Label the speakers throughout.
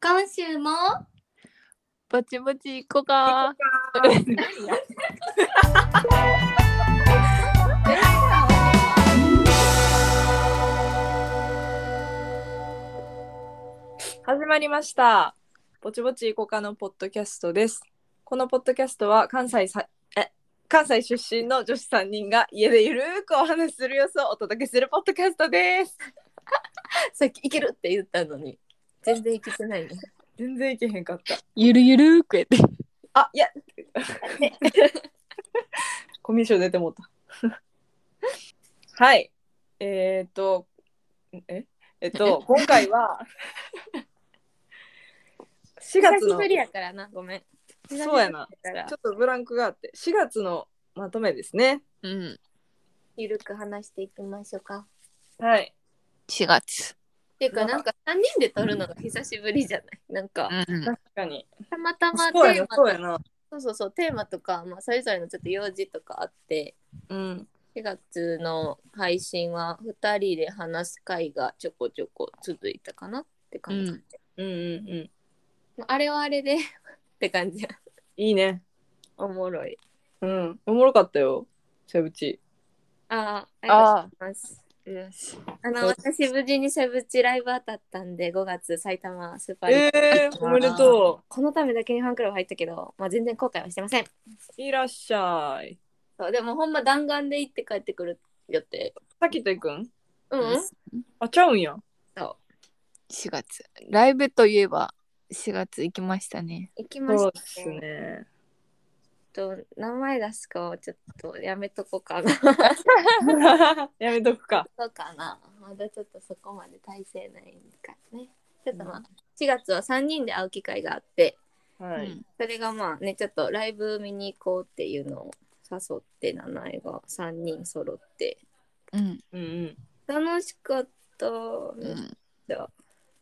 Speaker 1: 今週も
Speaker 2: ぼちぼち行こうか。
Speaker 3: 始まりました。ぼちぼちいこかのポッドキャストです。このポッドキャストは関西さえ関西出身の女子3人が家でゆるーくお話しする様子をお届けするポッドキャストです。
Speaker 1: さっきいけるって言ったのに全然いけて ないね
Speaker 3: 全然いけへんかった。
Speaker 2: ゆるゆるーくやって。
Speaker 3: あいやコミュ障出てもうた。はい。えっ、ー、と、ええっと、今回は4月の
Speaker 1: りやからなごめん
Speaker 3: そうやな
Speaker 1: から
Speaker 3: ちょっとブランクがあって4月のまとめですね。
Speaker 2: うん。
Speaker 1: ゆるく話していきましょうか
Speaker 3: はい。
Speaker 2: 4月。
Speaker 1: ていうかなんか3人で撮るのが久しぶりじゃないなんか
Speaker 2: うん。
Speaker 3: 確かに。
Speaker 1: たまたまテ
Speaker 3: そうや
Speaker 1: ー
Speaker 3: な
Speaker 1: マ、
Speaker 3: そうやな。
Speaker 1: そうそうそうテーマとか、まあ、それぞれのちょっと用事とかあって
Speaker 3: うん。
Speaker 1: 4月の配信は2人で話す会がちょこちょこ続いたかなって感じ、
Speaker 2: うん
Speaker 3: うんうんうん。
Speaker 1: まああれはあれで って感じや
Speaker 3: いいね。
Speaker 1: おもろい
Speaker 3: うん。おもろかったよ。セブチ。
Speaker 1: あああ
Speaker 2: あ
Speaker 1: りがとうございます
Speaker 2: あ。よし。
Speaker 1: あの私無事にセブチライブ当たったんで5月埼玉スーパーリーグ、
Speaker 3: えー、おめでと
Speaker 1: このためだけにファンクラブ入ったけど、まあ、全然後悔はしてません
Speaker 3: う。いらっしゃい。
Speaker 1: そうでもほんま弾丸で行って帰ってくる予定
Speaker 3: さきといくん
Speaker 1: うん、
Speaker 3: あ、ちゃうんや。
Speaker 2: 4月。ライブといえば4月行きましたね。
Speaker 1: 行きま
Speaker 3: そう
Speaker 1: し
Speaker 3: ったす
Speaker 1: ね
Speaker 3: ね。
Speaker 1: ちょっと名前出すかをちょっとやめとこうか な
Speaker 3: やめとくか。
Speaker 1: そうかなまだちょっとそこまで体制ないからねちょっとまあ4月は3人で会う機会があって
Speaker 3: は
Speaker 2: う
Speaker 3: い
Speaker 2: ん。
Speaker 1: それがまあねちょっとライブ見に行こうっていうのを誘って名前が3人揃って
Speaker 2: うん。
Speaker 3: うんうん。
Speaker 1: 楽しかった、
Speaker 2: うん。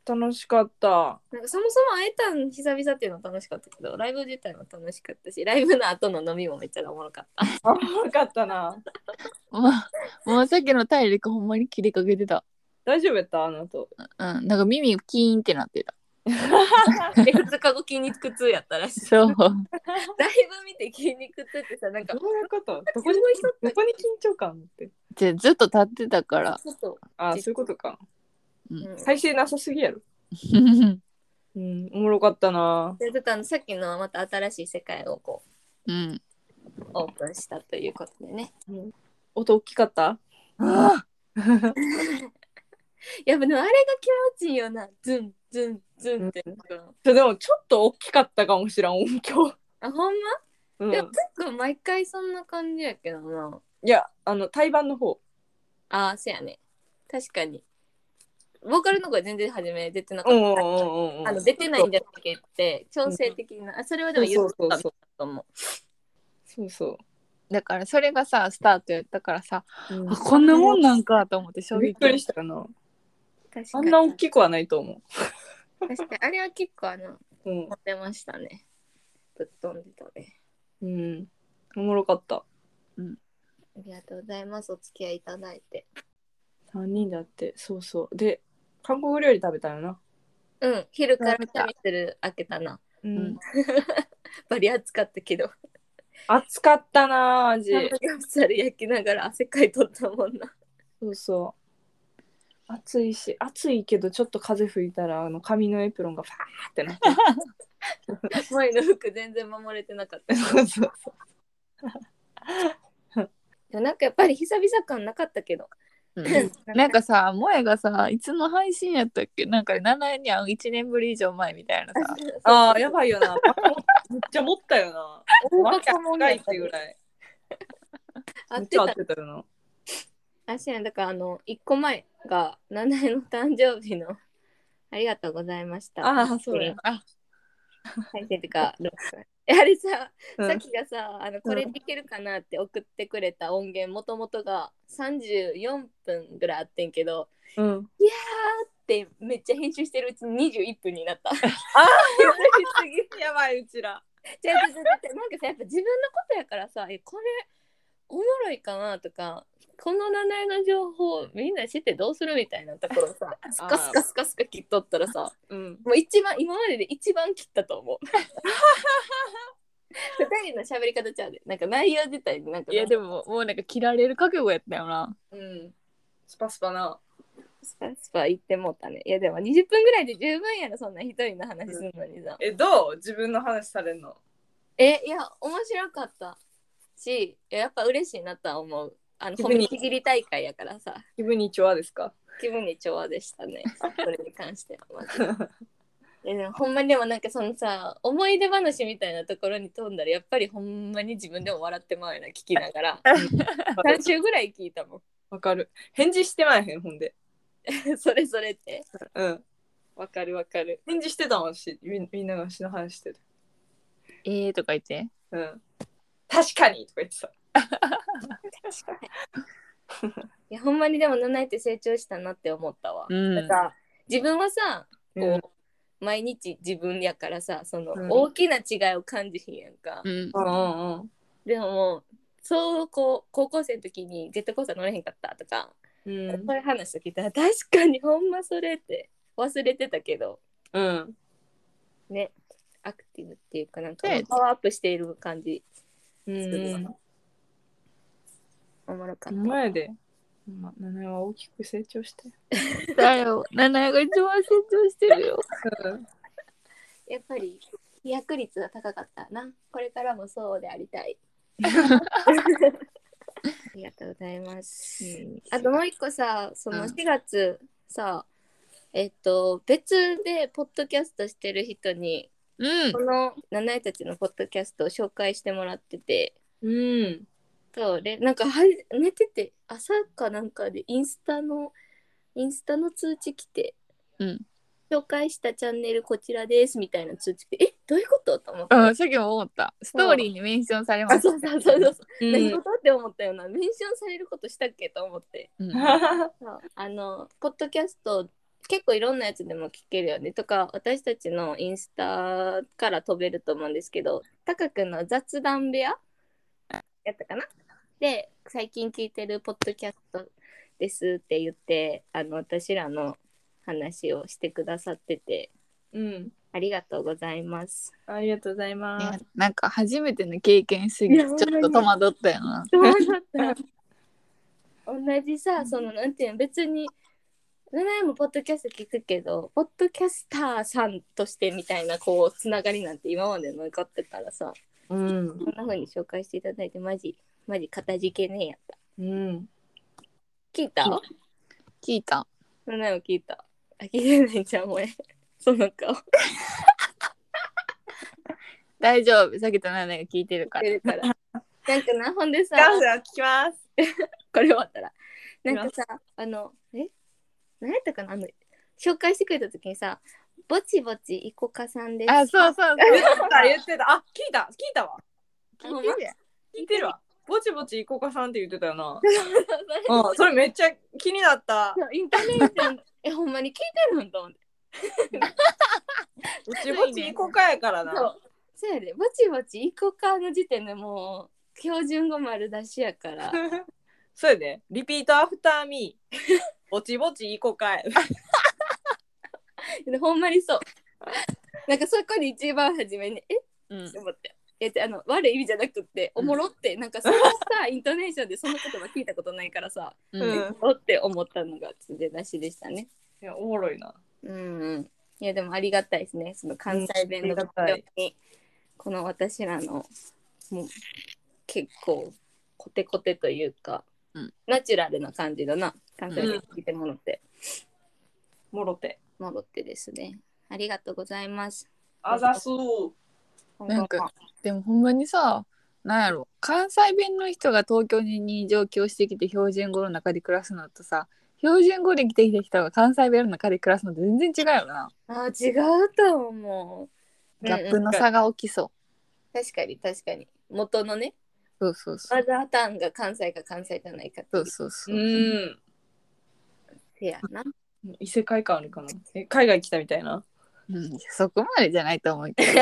Speaker 3: 楽しかった。
Speaker 1: なんかそもそも会えたん久々っていうのは楽しかったけどライブ自体も楽しかったしライブの後の飲みもめっちゃおもろかった
Speaker 3: あ、おもろかったな。
Speaker 2: まあ、 もうさっきの体力ほんまに切れかけてた。
Speaker 3: 大丈夫やったあの 後。
Speaker 2: うん。なんか耳キーンってなってた。
Speaker 1: で2日後筋肉痛やったらしい
Speaker 2: そ
Speaker 1: ラ
Speaker 2: う。
Speaker 1: イブ見て筋肉痛ってさなんか
Speaker 3: どういう ことどこに
Speaker 1: すごい人って
Speaker 3: どこに緊張感って。
Speaker 2: じゃあずっと立ってた から。
Speaker 1: ちょっと、
Speaker 3: あ、そういうことか。
Speaker 2: う
Speaker 1: うん
Speaker 2: ん。
Speaker 3: 再生なさすぎやろ。
Speaker 2: うん。
Speaker 3: うん、おもろかったな。
Speaker 1: でちょっとあのさっきのまた新しい世界をこ
Speaker 2: うん。
Speaker 1: うオープンしたということでね
Speaker 3: 音大きかった
Speaker 2: あ
Speaker 1: やっぱでもあれが気持ちいいよなズンズンズンって、
Speaker 3: そうでもちょっと大きかったかもしらん音響、
Speaker 1: あほんま
Speaker 3: うん、
Speaker 1: いや結構毎回そんな感じやけどない
Speaker 3: やあの対バンの方
Speaker 1: ああそうやね確かにボーカルの声全然初め出てなか
Speaker 3: う
Speaker 1: っ
Speaker 3: ん
Speaker 1: た、
Speaker 3: うんうんうん
Speaker 1: あの出てないんじゃなくて調整的な、あそれはでも言っ
Speaker 3: そう
Speaker 1: て
Speaker 3: そう
Speaker 1: た
Speaker 3: そう
Speaker 1: と思う
Speaker 3: そうそ
Speaker 2: だからそれがさ、スタートやったからさ、
Speaker 3: う、
Speaker 2: あ、こんなもんなんかと思って衝
Speaker 3: びっ
Speaker 2: 撃
Speaker 3: く。りしたな
Speaker 1: 確か
Speaker 3: あ
Speaker 1: に
Speaker 3: んな大きくはないと思
Speaker 1: 確かにあれは結構あの
Speaker 3: ううん、
Speaker 1: 持ってましたねぶっ飛んでたね
Speaker 3: うん、おもろかった
Speaker 1: ありがとうございますお付き合いいただいて
Speaker 3: 3人だってそうそうで韓国料理食べたよな
Speaker 1: うん昼から
Speaker 2: 食べ
Speaker 1: キ
Speaker 2: た
Speaker 1: ャミする開けたな
Speaker 3: う
Speaker 2: うん
Speaker 1: バリ暑かったけど
Speaker 3: 暑かったな味
Speaker 1: ハンバーガーサル焼きながら汗かいとったも んな
Speaker 3: そうそう暑いし暑いけどちょっと風吹いたらあの髪のエプロンがファーってなって
Speaker 1: 前の服全然守れてなか った
Speaker 3: そうそう
Speaker 1: でもなんかやっぱり久々感なかったけど
Speaker 2: うんなんかさ、萌えがさ、いつの配信やったっけなんか7に会う1年ぶり以上前みたいなさ。
Speaker 3: ああ、やばいよな。めっちゃ持ったよな。
Speaker 1: バカもんやっ
Speaker 3: いった
Speaker 1: ね
Speaker 3: てぐらい。
Speaker 1: 合
Speaker 3: め
Speaker 1: っ
Speaker 3: ってちゃ合
Speaker 1: た
Speaker 3: ってたよな。
Speaker 1: 確かにだからあの1個前が七重の誕生日のありがとうございました
Speaker 3: ああ、そうや。
Speaker 2: あ、
Speaker 1: 再生とか録画えあれさ、
Speaker 3: うん
Speaker 1: さっきがさあのこれできるかなって送ってくれた音源もともとが34分ぐらいあってんけど
Speaker 3: うん。
Speaker 1: でめっちゃ編集してるうちに21分になったあ
Speaker 3: やばい、うちら。
Speaker 1: 違う違う違う違うなんかさやっぱ自分のことやからさえこれおもろいかなとかこの名前の情報みんな知ってどうするみたいなところ さスカスカスカスカ切っとったらさ
Speaker 3: うん、
Speaker 1: もう一番今までで一番切ったと思う。 二人の喋り方ちゃうでなんか内容自体でなんか
Speaker 2: いやでももうなんか切られる覚悟やったよな
Speaker 1: うん
Speaker 3: スパスパな。
Speaker 1: スパスパ言ってもうたねいやでも20分ぐらいで十分やろそんな一人の話すんのにさ、
Speaker 3: え、どう自分の話されんの
Speaker 1: えいや面白かったしいややっぱ嬉しいなとは思うあの
Speaker 3: 気
Speaker 1: 褒
Speaker 3: 分に
Speaker 1: めちぎり大会やからさ
Speaker 3: 気分に調和ですか
Speaker 1: 気分に調和でした ねそれに関してはまずいやでもほんまにでもなんかそのさ思い出話みたいなところに飛んだらやっぱりほんまに自分でも笑ってまうよな聞きな がら3週ぐらい聞いたも
Speaker 3: わかる。返事してまいへん、ほんで。
Speaker 1: ん それそれって
Speaker 3: うん。
Speaker 1: わかるわかる
Speaker 3: 返事してたもんし、みんみんなが私の話してる。
Speaker 2: えーとか言って
Speaker 3: うん。確かにとか言って た。
Speaker 1: いやほんまにでも七重って成長したなって思ったわ、
Speaker 2: うん
Speaker 1: なんか自分はさこう、
Speaker 3: うん
Speaker 1: 毎日自分やからさその、
Speaker 3: うん
Speaker 1: 大きな違いを感じひんやんか、
Speaker 2: うん
Speaker 3: うんうんうん。
Speaker 1: でももうそうこう高校生の時にジェットコースター乗れへんかったとか、
Speaker 3: う
Speaker 1: そ
Speaker 3: ん
Speaker 1: ういう話と聞いたら確かにほんまそれって忘れてたけど
Speaker 3: うん。
Speaker 1: ねアクティブっていうかなんか
Speaker 2: ね
Speaker 1: パワーアップしている感じ
Speaker 3: うん。
Speaker 1: おもろか
Speaker 3: お
Speaker 1: った、
Speaker 3: 前で。まあ、七重は大きく成長して。
Speaker 2: だよ七重が一番成長してるよ
Speaker 3: うん。
Speaker 1: やっぱり飛躍率が高かったなこれからもそうでありた いありがとうございます、あともう一個さその
Speaker 3: うん
Speaker 1: 4月さ、えっと別でポッドキャストしてる人に
Speaker 2: うん
Speaker 1: この七重たちのポッドキャストを紹介してもらってて
Speaker 3: うん。
Speaker 1: そうでなんかはじ寝てて朝かなんかでインスタのインスタの通知来て、
Speaker 2: うん
Speaker 1: 紹介したチャンネルこちらですみたいな通知来てえどういうことと思って、
Speaker 2: うん、さっきも思った。ストーリーにメンションされま
Speaker 1: あ
Speaker 2: した。
Speaker 1: そうそうそうそう、
Speaker 3: うん
Speaker 1: 何事って思ったようなメンションされることしたっけと思って
Speaker 2: うん
Speaker 1: そうあのポッドキャスト結構いろんなやつでも聞けるよねとか私たちのインスタから飛べると思うんですけどタカ君の雑談部屋やったかなで最近聞いてるポッドキャストですって言ってあの私らの話をしてくださってて
Speaker 3: うん。
Speaker 1: ありがとうございます。
Speaker 3: ありがとうござい
Speaker 2: い
Speaker 3: ま
Speaker 2: や
Speaker 3: す。
Speaker 2: なんか初めての経験すぎ
Speaker 1: い
Speaker 2: て
Speaker 1: や
Speaker 2: ちょっと戸惑ったよな。
Speaker 1: どうだった 同じさそのなんていうの別に七重もポッドキャスト聞くけどポッドキャスターさんとしてみたいなこうつながりなんて今までなかったからさ
Speaker 3: うん。
Speaker 1: こんな風に紹介していただいてマジマジかたじけねえやった
Speaker 3: うん。
Speaker 1: 聞いた
Speaker 2: 聞聞いた。
Speaker 1: 七重も聞いたあ聞いてないんじゃん俺その顔し
Speaker 2: 大丈夫。さっきとナナが聞いてるから。
Speaker 1: てる からなんかなほんでさ
Speaker 3: カンさん聞きます。
Speaker 1: これ終わったらなんかさあのえ何やったかなあの紹介してくれた時にさぼちぼちいこかさんです
Speaker 2: あ、そうそう
Speaker 3: 言
Speaker 2: そ
Speaker 3: ってた、言ってた。あ、聞いた、聞いたわ。
Speaker 2: う。聞いてるやん
Speaker 3: 聞いてるわ。ぼちぼちいこかさんって言ってたよ な。
Speaker 1: あ
Speaker 3: うん、それめっちゃ気になった。
Speaker 1: インターネーション えほんまに聞いてるんと思って
Speaker 3: ぼちぼちいこかやから
Speaker 1: そ
Speaker 3: な
Speaker 1: う。そうやでぼちぼちいこかの時点でもう標準語丸出しやから
Speaker 3: そうやで。リピートアフター ミー。ぼちぼちいこかい。
Speaker 1: でほんまにそうなんかそこに一番初めにえ
Speaker 2: うん
Speaker 1: って思って。えあの悪い意味じゃなくっておもろって、なんかそのさイントネーションでその言葉聞いたことないからさ
Speaker 3: う
Speaker 2: うん
Speaker 3: ん。
Speaker 1: おって思ったのがつでなしでしたね。
Speaker 3: いや、おもろいな。
Speaker 1: うんうん、いやでもありがたいですねその関西弁の
Speaker 3: うんあり
Speaker 1: 発
Speaker 3: がたい
Speaker 1: 表にこの私らのもう結構コテコテというか、
Speaker 2: うん
Speaker 1: ナチュラルな感じだな関西弁聞いてもろって、
Speaker 3: もろて。
Speaker 1: もろってですねありがとうございます
Speaker 3: あざす。
Speaker 1: 今
Speaker 2: なん
Speaker 1: 後も
Speaker 2: かでもほんまにさ、なんやろ。関西弁の人が東京に上京してきて標準語の中で暮らすのとさ、標準語で来てきた人が関西弁の中で暮らすのって全然違うよな。
Speaker 1: あー違うと思う
Speaker 2: ギャップの差が起きそ
Speaker 1: 確かに確かに元のね
Speaker 2: う。そうそうそ
Speaker 1: マ
Speaker 2: う。
Speaker 1: ザーターンが関西か関西じゃないかって
Speaker 2: そ
Speaker 1: いう
Speaker 2: うそうそうう。
Speaker 3: ん。
Speaker 1: せやな
Speaker 3: 異世界感あるかな。え、海外来たみたいな。
Speaker 2: うん、そこまでじゃないと思うけど。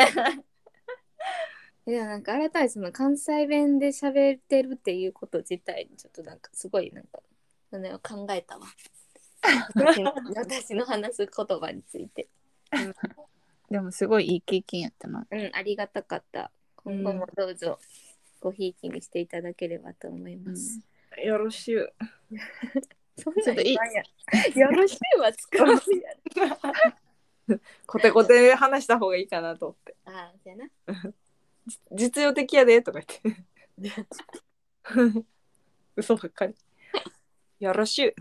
Speaker 1: いやなんか改めてその関西弁で喋ってるっていうこと自体ちょっとなんかすごいなんかそれを考え たわ私の私の話す言葉について
Speaker 2: でもすごいいい経験やったな。
Speaker 1: うんありがたかった今後もどうぞごひいきにしていただければと思います、
Speaker 3: よろしゅう。
Speaker 1: そん
Speaker 2: ちょっといい
Speaker 1: なんやよろしいわ使う や
Speaker 3: コテコテで話した方がいいかなと思って。
Speaker 1: ああじゃな
Speaker 3: 実用的やでとか言って。 嘘ばっかり。よろしゅう。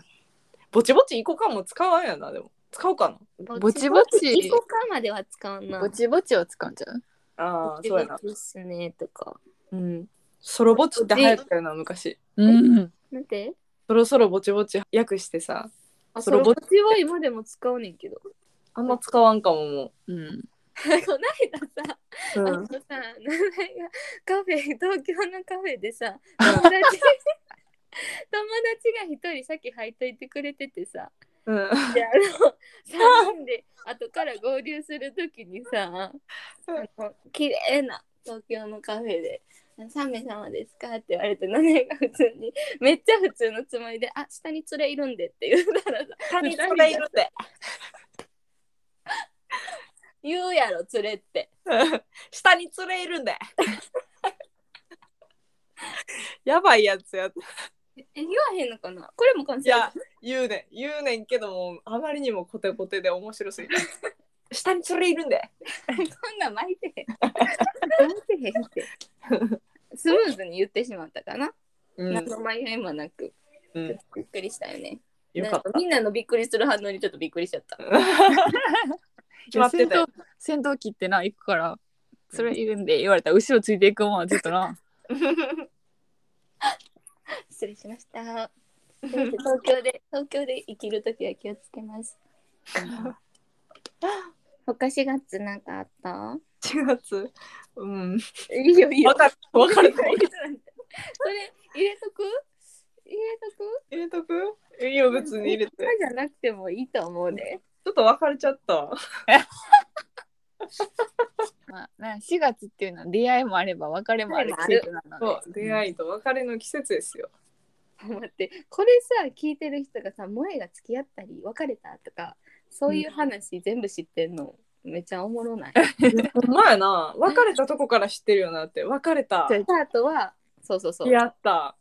Speaker 3: ぼちぼち行こうかも使わんやな、でも。使おうか
Speaker 2: ぼちぼち
Speaker 1: 行こうかまでは使わんな
Speaker 2: ぼちぼちを使うんじゃう
Speaker 3: な。ああ、そうやな。
Speaker 1: ぼちぼちっすねとか
Speaker 3: うん。そろぼちって流行ったよな、昔。
Speaker 2: うん。
Speaker 1: なんて
Speaker 3: そろそろぼちぼち訳してさ。
Speaker 1: あ
Speaker 3: そ
Speaker 1: そ
Speaker 3: れ
Speaker 1: れ
Speaker 3: ぼ
Speaker 1: ぼちは今でも使うねんけど こ
Speaker 3: あんま使わんかもも
Speaker 2: うん。
Speaker 1: の間さ
Speaker 3: う。
Speaker 1: あ
Speaker 3: う
Speaker 1: の
Speaker 3: ん
Speaker 1: さ、名前がカフェ、東京のカフェでさ、友達 友達が一人先入っといてくれててさ、
Speaker 3: うん。
Speaker 1: で、あの、3人で後から合流するときにさ、あの綺麗な東京のカフェで、3名様ですかって言われて、名前が普通に、めっちゃ普通のつもりで、あ、下に連れいるんでって言うたらさ、
Speaker 3: 他
Speaker 1: に
Speaker 3: に
Speaker 1: そ
Speaker 3: そ
Speaker 1: れ
Speaker 3: れ
Speaker 1: い
Speaker 3: い
Speaker 1: る
Speaker 3: るって。
Speaker 1: 言うやろ、連れって。
Speaker 3: 下に連れいるんで。 やばいやつやった。
Speaker 1: え、言わへんのかなこれも関
Speaker 3: い
Speaker 1: 西
Speaker 3: や、言うねん。言うねんけども、あまりにもコテコテで面白すぎ て。下に連れいるんで。
Speaker 1: そんなん巻いて へん。巻いてへんって。スムーズに言ってしまったかな。
Speaker 3: う
Speaker 1: 何の迷いもなく。
Speaker 3: うん。
Speaker 1: びっくりしたよね。
Speaker 3: よかっ
Speaker 1: なんみんなのびっくりする反応にちょっとびっくりしちゃった。
Speaker 3: た。決まってたよ。
Speaker 2: 戦闘戦闘機ってな、行くから、それいるんで言われたら後ろついていくもんはちょっとな。
Speaker 1: 失礼しました。東京で東京で生きるときは気をつけます。他4月なんかあった
Speaker 3: 4月。うん。
Speaker 1: いいよいい
Speaker 3: わかる。わかる。
Speaker 1: それ入れとく入れとく
Speaker 3: 入れとくいいよ、別に入れて。
Speaker 1: そうじゃなくてもいいと思うね。
Speaker 3: ちょっと別れちゃった。
Speaker 2: まあ、ね、4月っていうのは出会いもあれば別れもある季節なので。
Speaker 3: そう、出会いと別れの季節ですよ。
Speaker 1: 待ってこれさ聞いてる人がさ萌えが付き合ったり別れたとかそういう話全部知ってんの、めっちゃおもろない。ス
Speaker 3: ほんまやな。別れたとこから知ってるよなって。別れた。
Speaker 1: タートはそうそうそう。
Speaker 3: やった。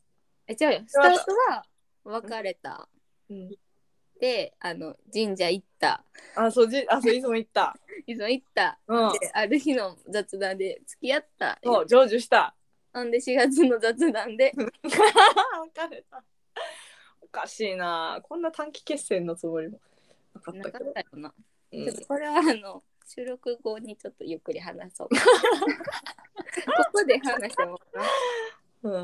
Speaker 1: え違うよスタートは別れた。
Speaker 3: うん、
Speaker 1: であの神社行った。
Speaker 3: あ、そう、じあ、そう、いつも言った。
Speaker 1: いつも行った。
Speaker 3: うん。
Speaker 1: である日の雑談で付き合った。
Speaker 3: そう、成就した。
Speaker 1: ほんで4月の雑談で
Speaker 3: 別れた。おかしいな。こんな短期決戦のつもりもなかっ
Speaker 1: な
Speaker 3: た
Speaker 1: か
Speaker 3: け
Speaker 1: っ
Speaker 3: ど。
Speaker 1: たよな。
Speaker 3: うん
Speaker 1: ちょっとこれはあの収録後にちょっとゆっくり話 そう。ここで話してもら
Speaker 3: うん。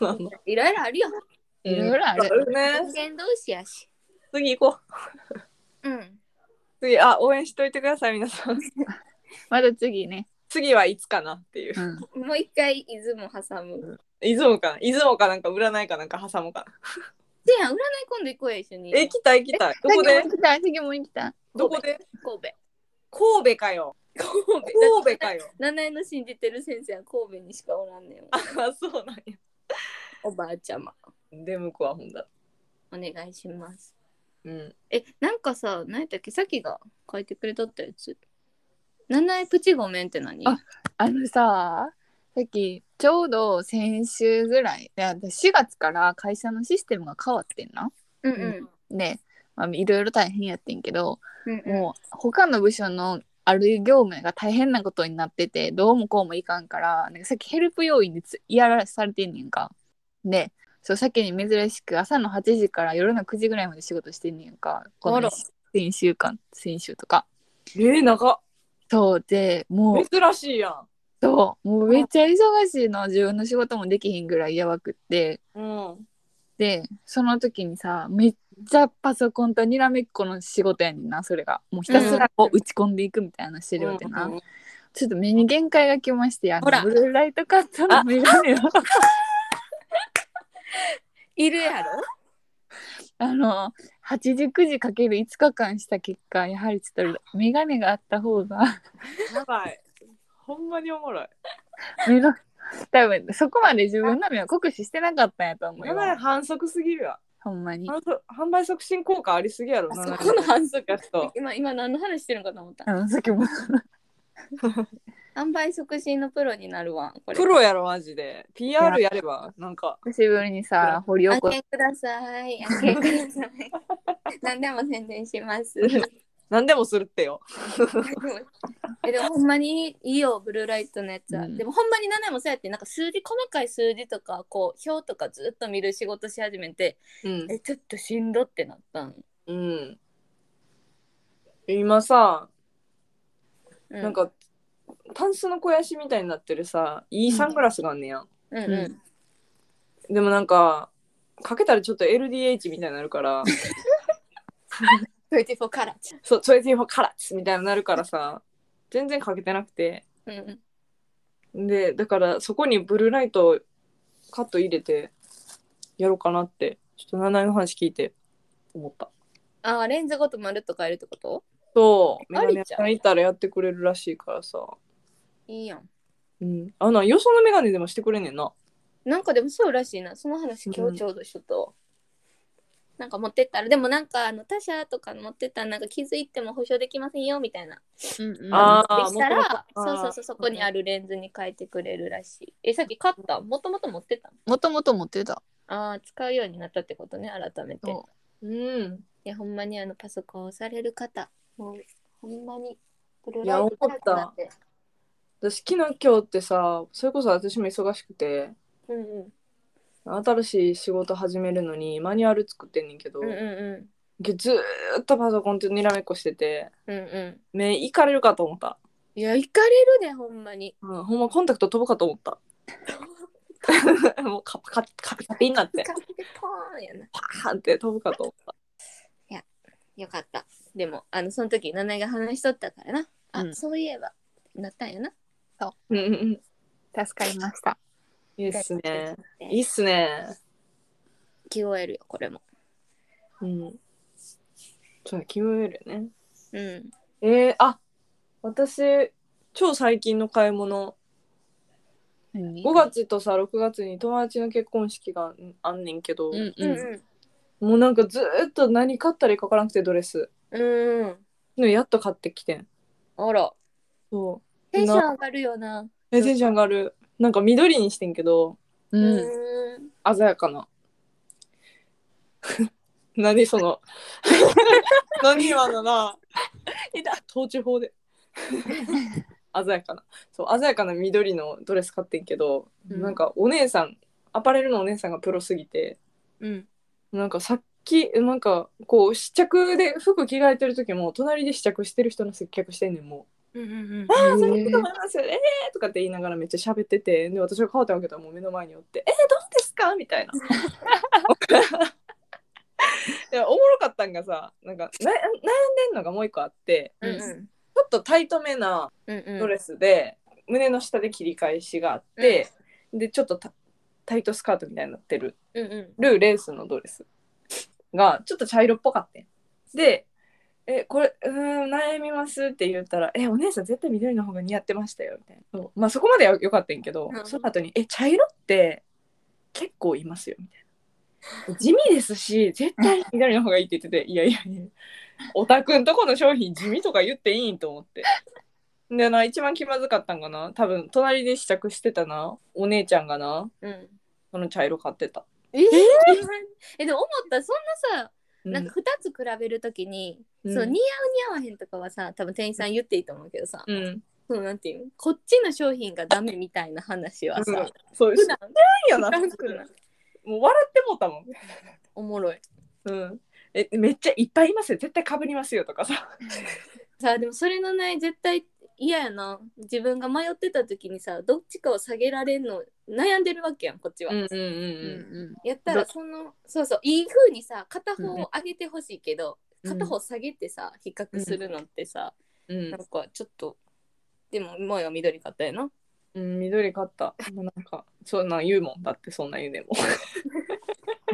Speaker 3: まあまあ
Speaker 1: いろいろあるよ。
Speaker 3: うん
Speaker 2: いろいろある
Speaker 3: そうね。
Speaker 1: 人間同士やし。
Speaker 3: 次行こう。
Speaker 1: うん。
Speaker 3: 次、あ、応援しといてください、皆さん。
Speaker 2: また次ね。
Speaker 3: 次はいつかなっていう
Speaker 2: う。ん。
Speaker 1: もう一回出雲挟む。
Speaker 3: 出雲かな。出雲かなんか占いかなんか挟もうか
Speaker 1: でやん、占い今度行こうよ、一緒に。
Speaker 3: な。え、行きたい行きたい。どこ
Speaker 2: 次
Speaker 3: で
Speaker 2: も行きたい次も行きたい
Speaker 3: どこで
Speaker 1: 神戸。
Speaker 3: 神戸かよ。
Speaker 1: 神戸。
Speaker 3: 神戸かよ。
Speaker 1: 七重の信じてる先生は神戸にしかおらんねん。
Speaker 3: あ、そうなんや。
Speaker 1: おばあちゃま。
Speaker 3: 出向くわ、ほんだ。
Speaker 1: お願いします。
Speaker 3: うん。
Speaker 1: え、なんかさ、何やったっけさきが書いてくれとったやつ。七重プチごめんって何
Speaker 2: ああのささっきちょうど先週ぐらいで私4月から会社のシステムが変わってんな。
Speaker 1: うんうん。
Speaker 2: で、まあ、いろいろ大変やってんけど
Speaker 1: うんうん
Speaker 2: もう他の部署のある業務が大変なことになっててどうもこうもいかんからなんかさっきヘルプ要員でつやらされてんねんか。でそうさっきに珍しく朝の8時から夜の9時ぐらいまで仕事してんねんかこ
Speaker 3: あ
Speaker 2: の
Speaker 3: ら
Speaker 2: 先週間先週とか。
Speaker 3: えー、長
Speaker 2: そうでもう
Speaker 3: っ。珍しいやん。
Speaker 2: そうもうめっちゃ忙しいの自分の仕事もできひんぐらいやばくって
Speaker 3: うん。
Speaker 2: でその時にさめっちゃパソコンとにらめっこの仕事やねんなそれがもうひたすらこう打ち込んでいくみたいなしてるわけな、
Speaker 3: うん
Speaker 2: ちょっと目に限界がきましてあ
Speaker 1: ほら
Speaker 2: のブルーライトカットの眼鏡を
Speaker 1: いるやろ
Speaker 2: あの8時9時かける5日間した結果やはりちょっと眼鏡があった方が
Speaker 3: やばい。ほんまにおもろい。
Speaker 2: 迷惑多分そこまで自分の目を酷使してなかったんやと思う
Speaker 3: 名
Speaker 2: よ
Speaker 3: 前反則すぎるわ。
Speaker 2: ほんまに
Speaker 3: 反則販売促進効果ありすぎやろ。
Speaker 1: あそこの反
Speaker 3: 則やと。
Speaker 1: 今今何の話してるのかと思った
Speaker 2: あのさっきも
Speaker 1: 販売促進のプロになるわこれ
Speaker 3: プロやろマジで。PR やればなんか。
Speaker 2: 久しぶりにさ掘り起こ
Speaker 1: 開けください開けください何でも宣伝します
Speaker 3: 何でもするってよ。
Speaker 1: えでもほんまにいいよブルーライトのやつは、
Speaker 2: うん
Speaker 1: でもほんまに何でもそうやってなんか数字細かい数字とかこう表とかずっと見る仕事し始めて
Speaker 3: うん。
Speaker 1: えちょっとしんどってなったん、
Speaker 3: うん。今さ、
Speaker 1: う
Speaker 3: なんか、タンスの肥やしみたいになってるさ、いいサングラスがあんねやん。
Speaker 1: うん
Speaker 2: う
Speaker 1: うん
Speaker 2: ん
Speaker 3: でもなんか、かけたらちょっと LDH みたいになるから、
Speaker 1: 24カラッチ
Speaker 3: そう、24カラッツみたいになるからさ、全然かけてなくて。
Speaker 1: うん
Speaker 3: で、だからそこにブルーライトカット入れてやろうかなって、ちょっと七重の話聞いて思った。
Speaker 1: あーレンズごと丸とかえるってこと
Speaker 3: そう、メ
Speaker 1: あ
Speaker 3: ガ
Speaker 1: り
Speaker 3: ネ
Speaker 1: じゃん
Speaker 3: 屋さん行ったらやってくれるらしいからさ。
Speaker 1: いいやん
Speaker 3: うん。あ、な、よそのメガネでもしてくれんねんな。
Speaker 1: なんかでもそうらしいなその話今日ちょうどしとったわ、なんか持ってったらでもなんかあの他社とか持ってったらなんか気づいても保証できませんよみたいな
Speaker 3: あー
Speaker 1: でしたら
Speaker 3: もと
Speaker 1: そ
Speaker 3: もと
Speaker 1: うそうそうそこにあるレンズに変えてくれるらしいえさっき買ったもともと持ってた
Speaker 2: もともと持ってた
Speaker 1: ああ使うようになったってことね改めてい
Speaker 2: そ
Speaker 3: うん。
Speaker 1: やほんまにあのパソコンをされる方もうほんまにブル
Speaker 3: いや
Speaker 1: カラーとなて
Speaker 3: 私、昨日今日ってさ、それこそ私も忙しくて、
Speaker 1: うんうん
Speaker 3: 新しい仕事始めるのにマニュアル作ってんねんけど、
Speaker 1: うんう
Speaker 3: ずーっとパソコンとにらめっこしてて、
Speaker 1: んうんう
Speaker 3: 目いかれるかと思った。
Speaker 1: んいや行かれるでほんまに
Speaker 3: うん、ほんまコンタクト飛ぶかと思った。 もうカピカピカピカピになって、
Speaker 1: 使ってポーンやな
Speaker 3: パーンって飛ぶかと思った。
Speaker 1: よかったでもあのその時七重が話しとったからなあ、
Speaker 2: うん
Speaker 1: そういえばなったんやな
Speaker 3: うんうんうん。
Speaker 2: う助かりました
Speaker 3: いいっすね。いいっすね。
Speaker 1: 着終えるよこれも
Speaker 3: うん。そう、キムエルね。
Speaker 1: うん
Speaker 3: えー、あ私、超最近の買い物。
Speaker 2: 何
Speaker 3: 5月とさ、6月に友達の結婚式があんねんけど、
Speaker 2: うん
Speaker 1: う
Speaker 2: うんん
Speaker 1: うん
Speaker 3: もうなんかずーっと何買ったらいいか分からなくて、ドレス。
Speaker 1: うん
Speaker 3: のやっと買ってきてん。
Speaker 1: あら
Speaker 3: そう。
Speaker 1: テンション上がるよな
Speaker 3: え、テンション上がる。なんか緑にしてんけど、
Speaker 2: う
Speaker 1: うんん
Speaker 3: 鮮やかな。 何その。 何今のな。統治法で。 鮮やかな。そう、鮮やかな緑のドレス買ってんけど、
Speaker 1: うん
Speaker 3: なんかお姉さん、アパレルのお姉さんがプロすぎて、
Speaker 1: うん
Speaker 3: なんかさっき、なんかこう試着で服着替えてる時も、隣で試着してる人の接客してんねん、もう。
Speaker 1: うんうん
Speaker 3: ああ、そういうこともありますよね。えーとかって言いながらめっちゃ喋ってて、で、私がカーテン開けたらもう目の前におって、えー、どうですかみ たいな。いやおもろかったんがさなんかな悩んでんのがもう一個あって
Speaker 1: うん
Speaker 3: ちょっとタイトめな
Speaker 1: うんうん
Speaker 3: ドレスで、胸の下で切り返しがあって、でちょっとタタイトスカートみたいになってる
Speaker 1: うんう
Speaker 3: るレースのドレスがちょっと茶色っぽかってんで「えこれうーん悩みます」って言ったら「えお姉さん絶対緑の方が似合ってましたよ」みたいなそうまあそこまではよかったんやけど、
Speaker 1: うん
Speaker 3: その後に「え茶色って結構いますよ」みたいな「地味ですし絶対緑の方がいい」って言ってて「い やいやいやおたくんとこの商品地味とか言っていいん?」と思って。でな一番気まずかったんかな多分隣で試着してたなお姉ちゃんがなん
Speaker 1: うん
Speaker 3: その茶色買ってた。
Speaker 1: えー、えでも思ったそんなさ
Speaker 3: うん
Speaker 1: なんか2つ比べるときに、
Speaker 3: うん
Speaker 1: そう似合う似合わへんとかはさ多分店員さん言っていいと思うけどさ、
Speaker 3: うん、
Speaker 1: そうなんていうのこっちの商品がダメみたいな話はさ、
Speaker 3: うんそう
Speaker 1: 普段
Speaker 3: よな。
Speaker 1: ランクな
Speaker 3: もう笑ってもうたもん。
Speaker 1: おもろい
Speaker 3: うん。え、めっちゃいっぱいいますよ。絶対被りますよとかさ。
Speaker 1: さあでもそれのね絶対嫌やな自分が迷ってた時にさどっちかを下げられんの悩んでるわけやんこっちは、
Speaker 3: うん
Speaker 2: うんうん
Speaker 1: やったら
Speaker 3: ど
Speaker 1: そのそうそういい風にさ片方を上げてほしいけど、
Speaker 3: うん
Speaker 1: 片方下げてさ比較するのってさ、
Speaker 3: うん
Speaker 1: なんかちょっとでも萌えは緑買ったよな
Speaker 3: うん。緑買った。もうなんか、そんなん言うもんだって、そんなん言うで も。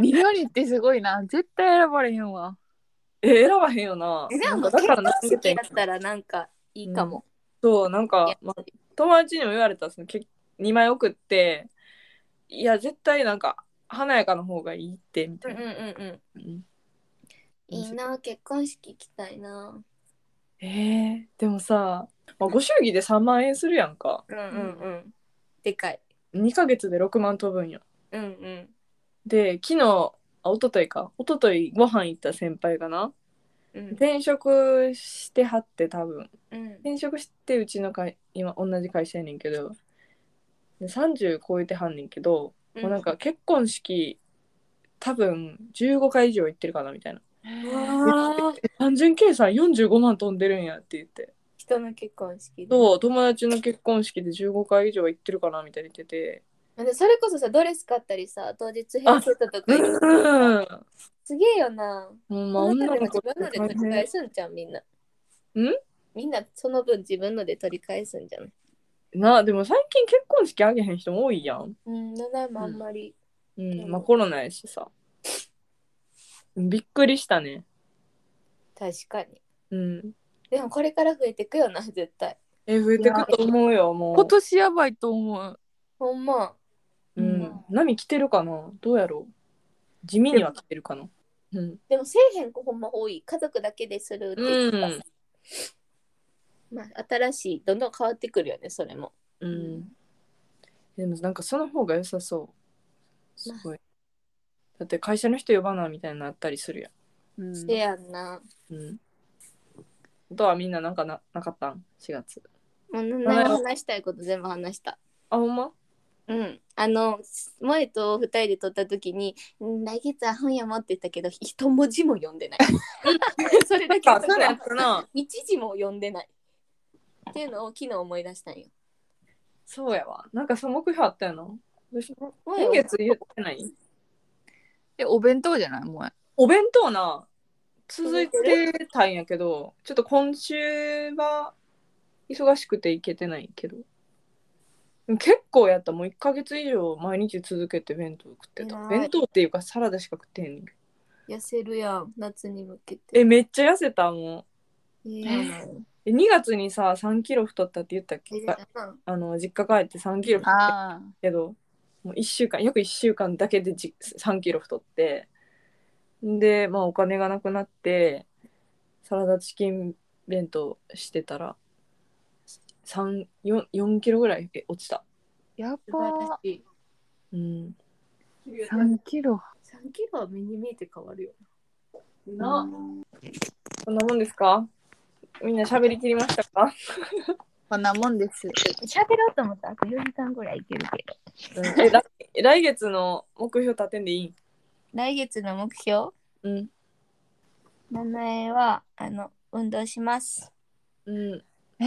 Speaker 2: 緑ってすごいな絶対選ばれへんわ
Speaker 3: え、選ばへんよな。
Speaker 1: でも
Speaker 3: なん
Speaker 1: 結婚
Speaker 3: なん
Speaker 1: 式だったらなんかいいかも、
Speaker 3: そう、なん
Speaker 1: いや
Speaker 3: か、まあ、友達にも言われた、その結2枚送っていや絶対なんか華やかの方がいいってみた
Speaker 1: うん
Speaker 3: い
Speaker 1: うん
Speaker 3: な、
Speaker 1: うん
Speaker 2: うん
Speaker 1: いいな結婚式行きたいな
Speaker 3: えーでもさ、まあ、ご祝儀で3万円するやんか
Speaker 1: うんうんうんでかい
Speaker 3: 2ヶ月で6万飛ぶんよ
Speaker 1: うんうん
Speaker 3: で昨日あ一昨日か一昨日ご飯行った先輩がな
Speaker 1: うん
Speaker 3: 転職してはって多分
Speaker 1: うん
Speaker 3: 転職してうちの会今同じ会社やねんけどで30超えてはんねんけど、もうなんか結婚式多分15回以上行ってるかなみたいな
Speaker 1: あー
Speaker 3: 単純計算45万飛んでるんやって言って
Speaker 1: 人の結婚式で
Speaker 3: そう友達の結婚式で15回以上行ってるかなみたいに言ってて
Speaker 1: でそれこそさドレス買ったりさ当日ヘアセットとか行って
Speaker 3: うん
Speaker 1: すげえよな
Speaker 3: ほんま
Speaker 1: その
Speaker 3: 女
Speaker 1: 中でも
Speaker 3: の子
Speaker 1: 自
Speaker 3: って
Speaker 1: 分ので取
Speaker 3: 大
Speaker 1: り
Speaker 3: 変
Speaker 1: 返すんじゃんみんなんみんなその分自分ので取り返すんじゃない
Speaker 3: なでも最近結婚式あげへん人多いやん、
Speaker 1: うん、名前もあんまり。
Speaker 3: うんまあ、コロナやしさびっくりしたね
Speaker 1: 確かに。
Speaker 3: うん
Speaker 1: でもこれから増えてくよな、絶対。
Speaker 3: え増えてくと思うよもう
Speaker 2: 今年やばいと思う
Speaker 1: ほんま。
Speaker 3: う
Speaker 2: うん
Speaker 3: ん、波来てるかなどうやろう地味には来てるかなうん、
Speaker 1: でもせえへん子ほんま多い。家族だけでするって言ってた
Speaker 3: うん
Speaker 1: まあ、新しい、どんどん変わってくるよね、それも。
Speaker 3: うん、でもなんかその方が良さそうすごいだって会社の人呼ばなみたいになったりするや
Speaker 2: うん
Speaker 1: せやんな。
Speaker 3: ん、うん、あとはみんななんかななかったん4月
Speaker 1: もう何も話したいこと全部話した。
Speaker 3: あほんま
Speaker 1: うん。あの、萌と二人で撮った時に、うん来月は本屋もって言ったけど、一文字も読んで ない。それだけ
Speaker 3: あそうなんやったな
Speaker 1: 一字も読んでない。っていうのを昨日思い出したんよ。
Speaker 3: そうやわなんかその目標あったよな私今
Speaker 1: 萌えは
Speaker 3: 月言ってない
Speaker 2: えお弁当じゃないもう
Speaker 3: お弁当な続いてたんやけどちょっと今週は忙しくて行けてないけど結構やったもう1ヶ月以上毎日続けて弁当食ってた
Speaker 1: 偉い
Speaker 3: 弁当っていうかサラダしか食ってへんねんけど
Speaker 1: 痩せるやん夏に向けて
Speaker 3: えめっちゃ痩せたも
Speaker 1: いい
Speaker 3: うえ2月にさ3キロ太ったって言ったっけ
Speaker 1: な
Speaker 3: あの実家帰って3キロ太った
Speaker 2: ああ
Speaker 3: けどもう1週間約1週間だけでじ3キロ太ってでまあお金がなくなってサラダチキン弁当してたら3 4 4キロぐらいえ落ちた
Speaker 2: やっ
Speaker 1: 素晴ら
Speaker 2: ぱ
Speaker 1: しい
Speaker 3: うん
Speaker 2: 3キロ
Speaker 1: 3キロは目に見えて変わるよ
Speaker 3: なそんなもんですかみんな喋りきりましたか、
Speaker 2: こんなもんです
Speaker 1: 喋ろうと思ったらあと4時間ぐらいいけるけど
Speaker 3: え来来月の目標立てんでいい
Speaker 1: 来月の目標
Speaker 3: うん
Speaker 1: 名前はあの運動します
Speaker 3: うん
Speaker 2: えー、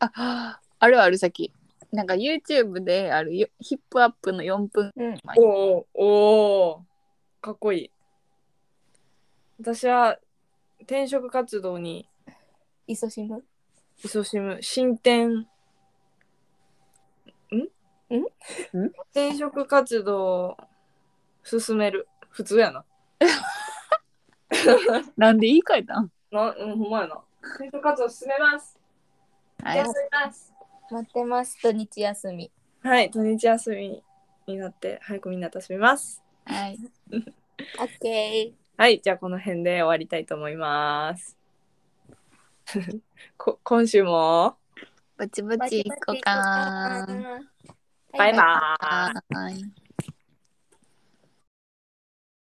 Speaker 2: ああるある先なんか YouTube であるよヒップアップの4分
Speaker 1: うん
Speaker 2: 前
Speaker 3: おーおーかっこいい私は転職活動に
Speaker 1: いそしむ
Speaker 3: 勤しむ進展んん転職活動を進める普通やな
Speaker 2: なんで言い換えたん
Speaker 3: なうんほんまやな転職活動進めます
Speaker 2: は
Speaker 3: 休
Speaker 2: い
Speaker 3: みます
Speaker 1: 待ってます土日休み
Speaker 3: はい土日休みになって早くみんな休みます
Speaker 2: はい
Speaker 1: オッケ
Speaker 3: はいじゃあこの辺で終わりたいと思います こ今週も
Speaker 2: ぼちぼ
Speaker 1: ー
Speaker 2: ち行こうか
Speaker 1: バイバイ
Speaker 3: バイバーイ
Speaker 2: はーい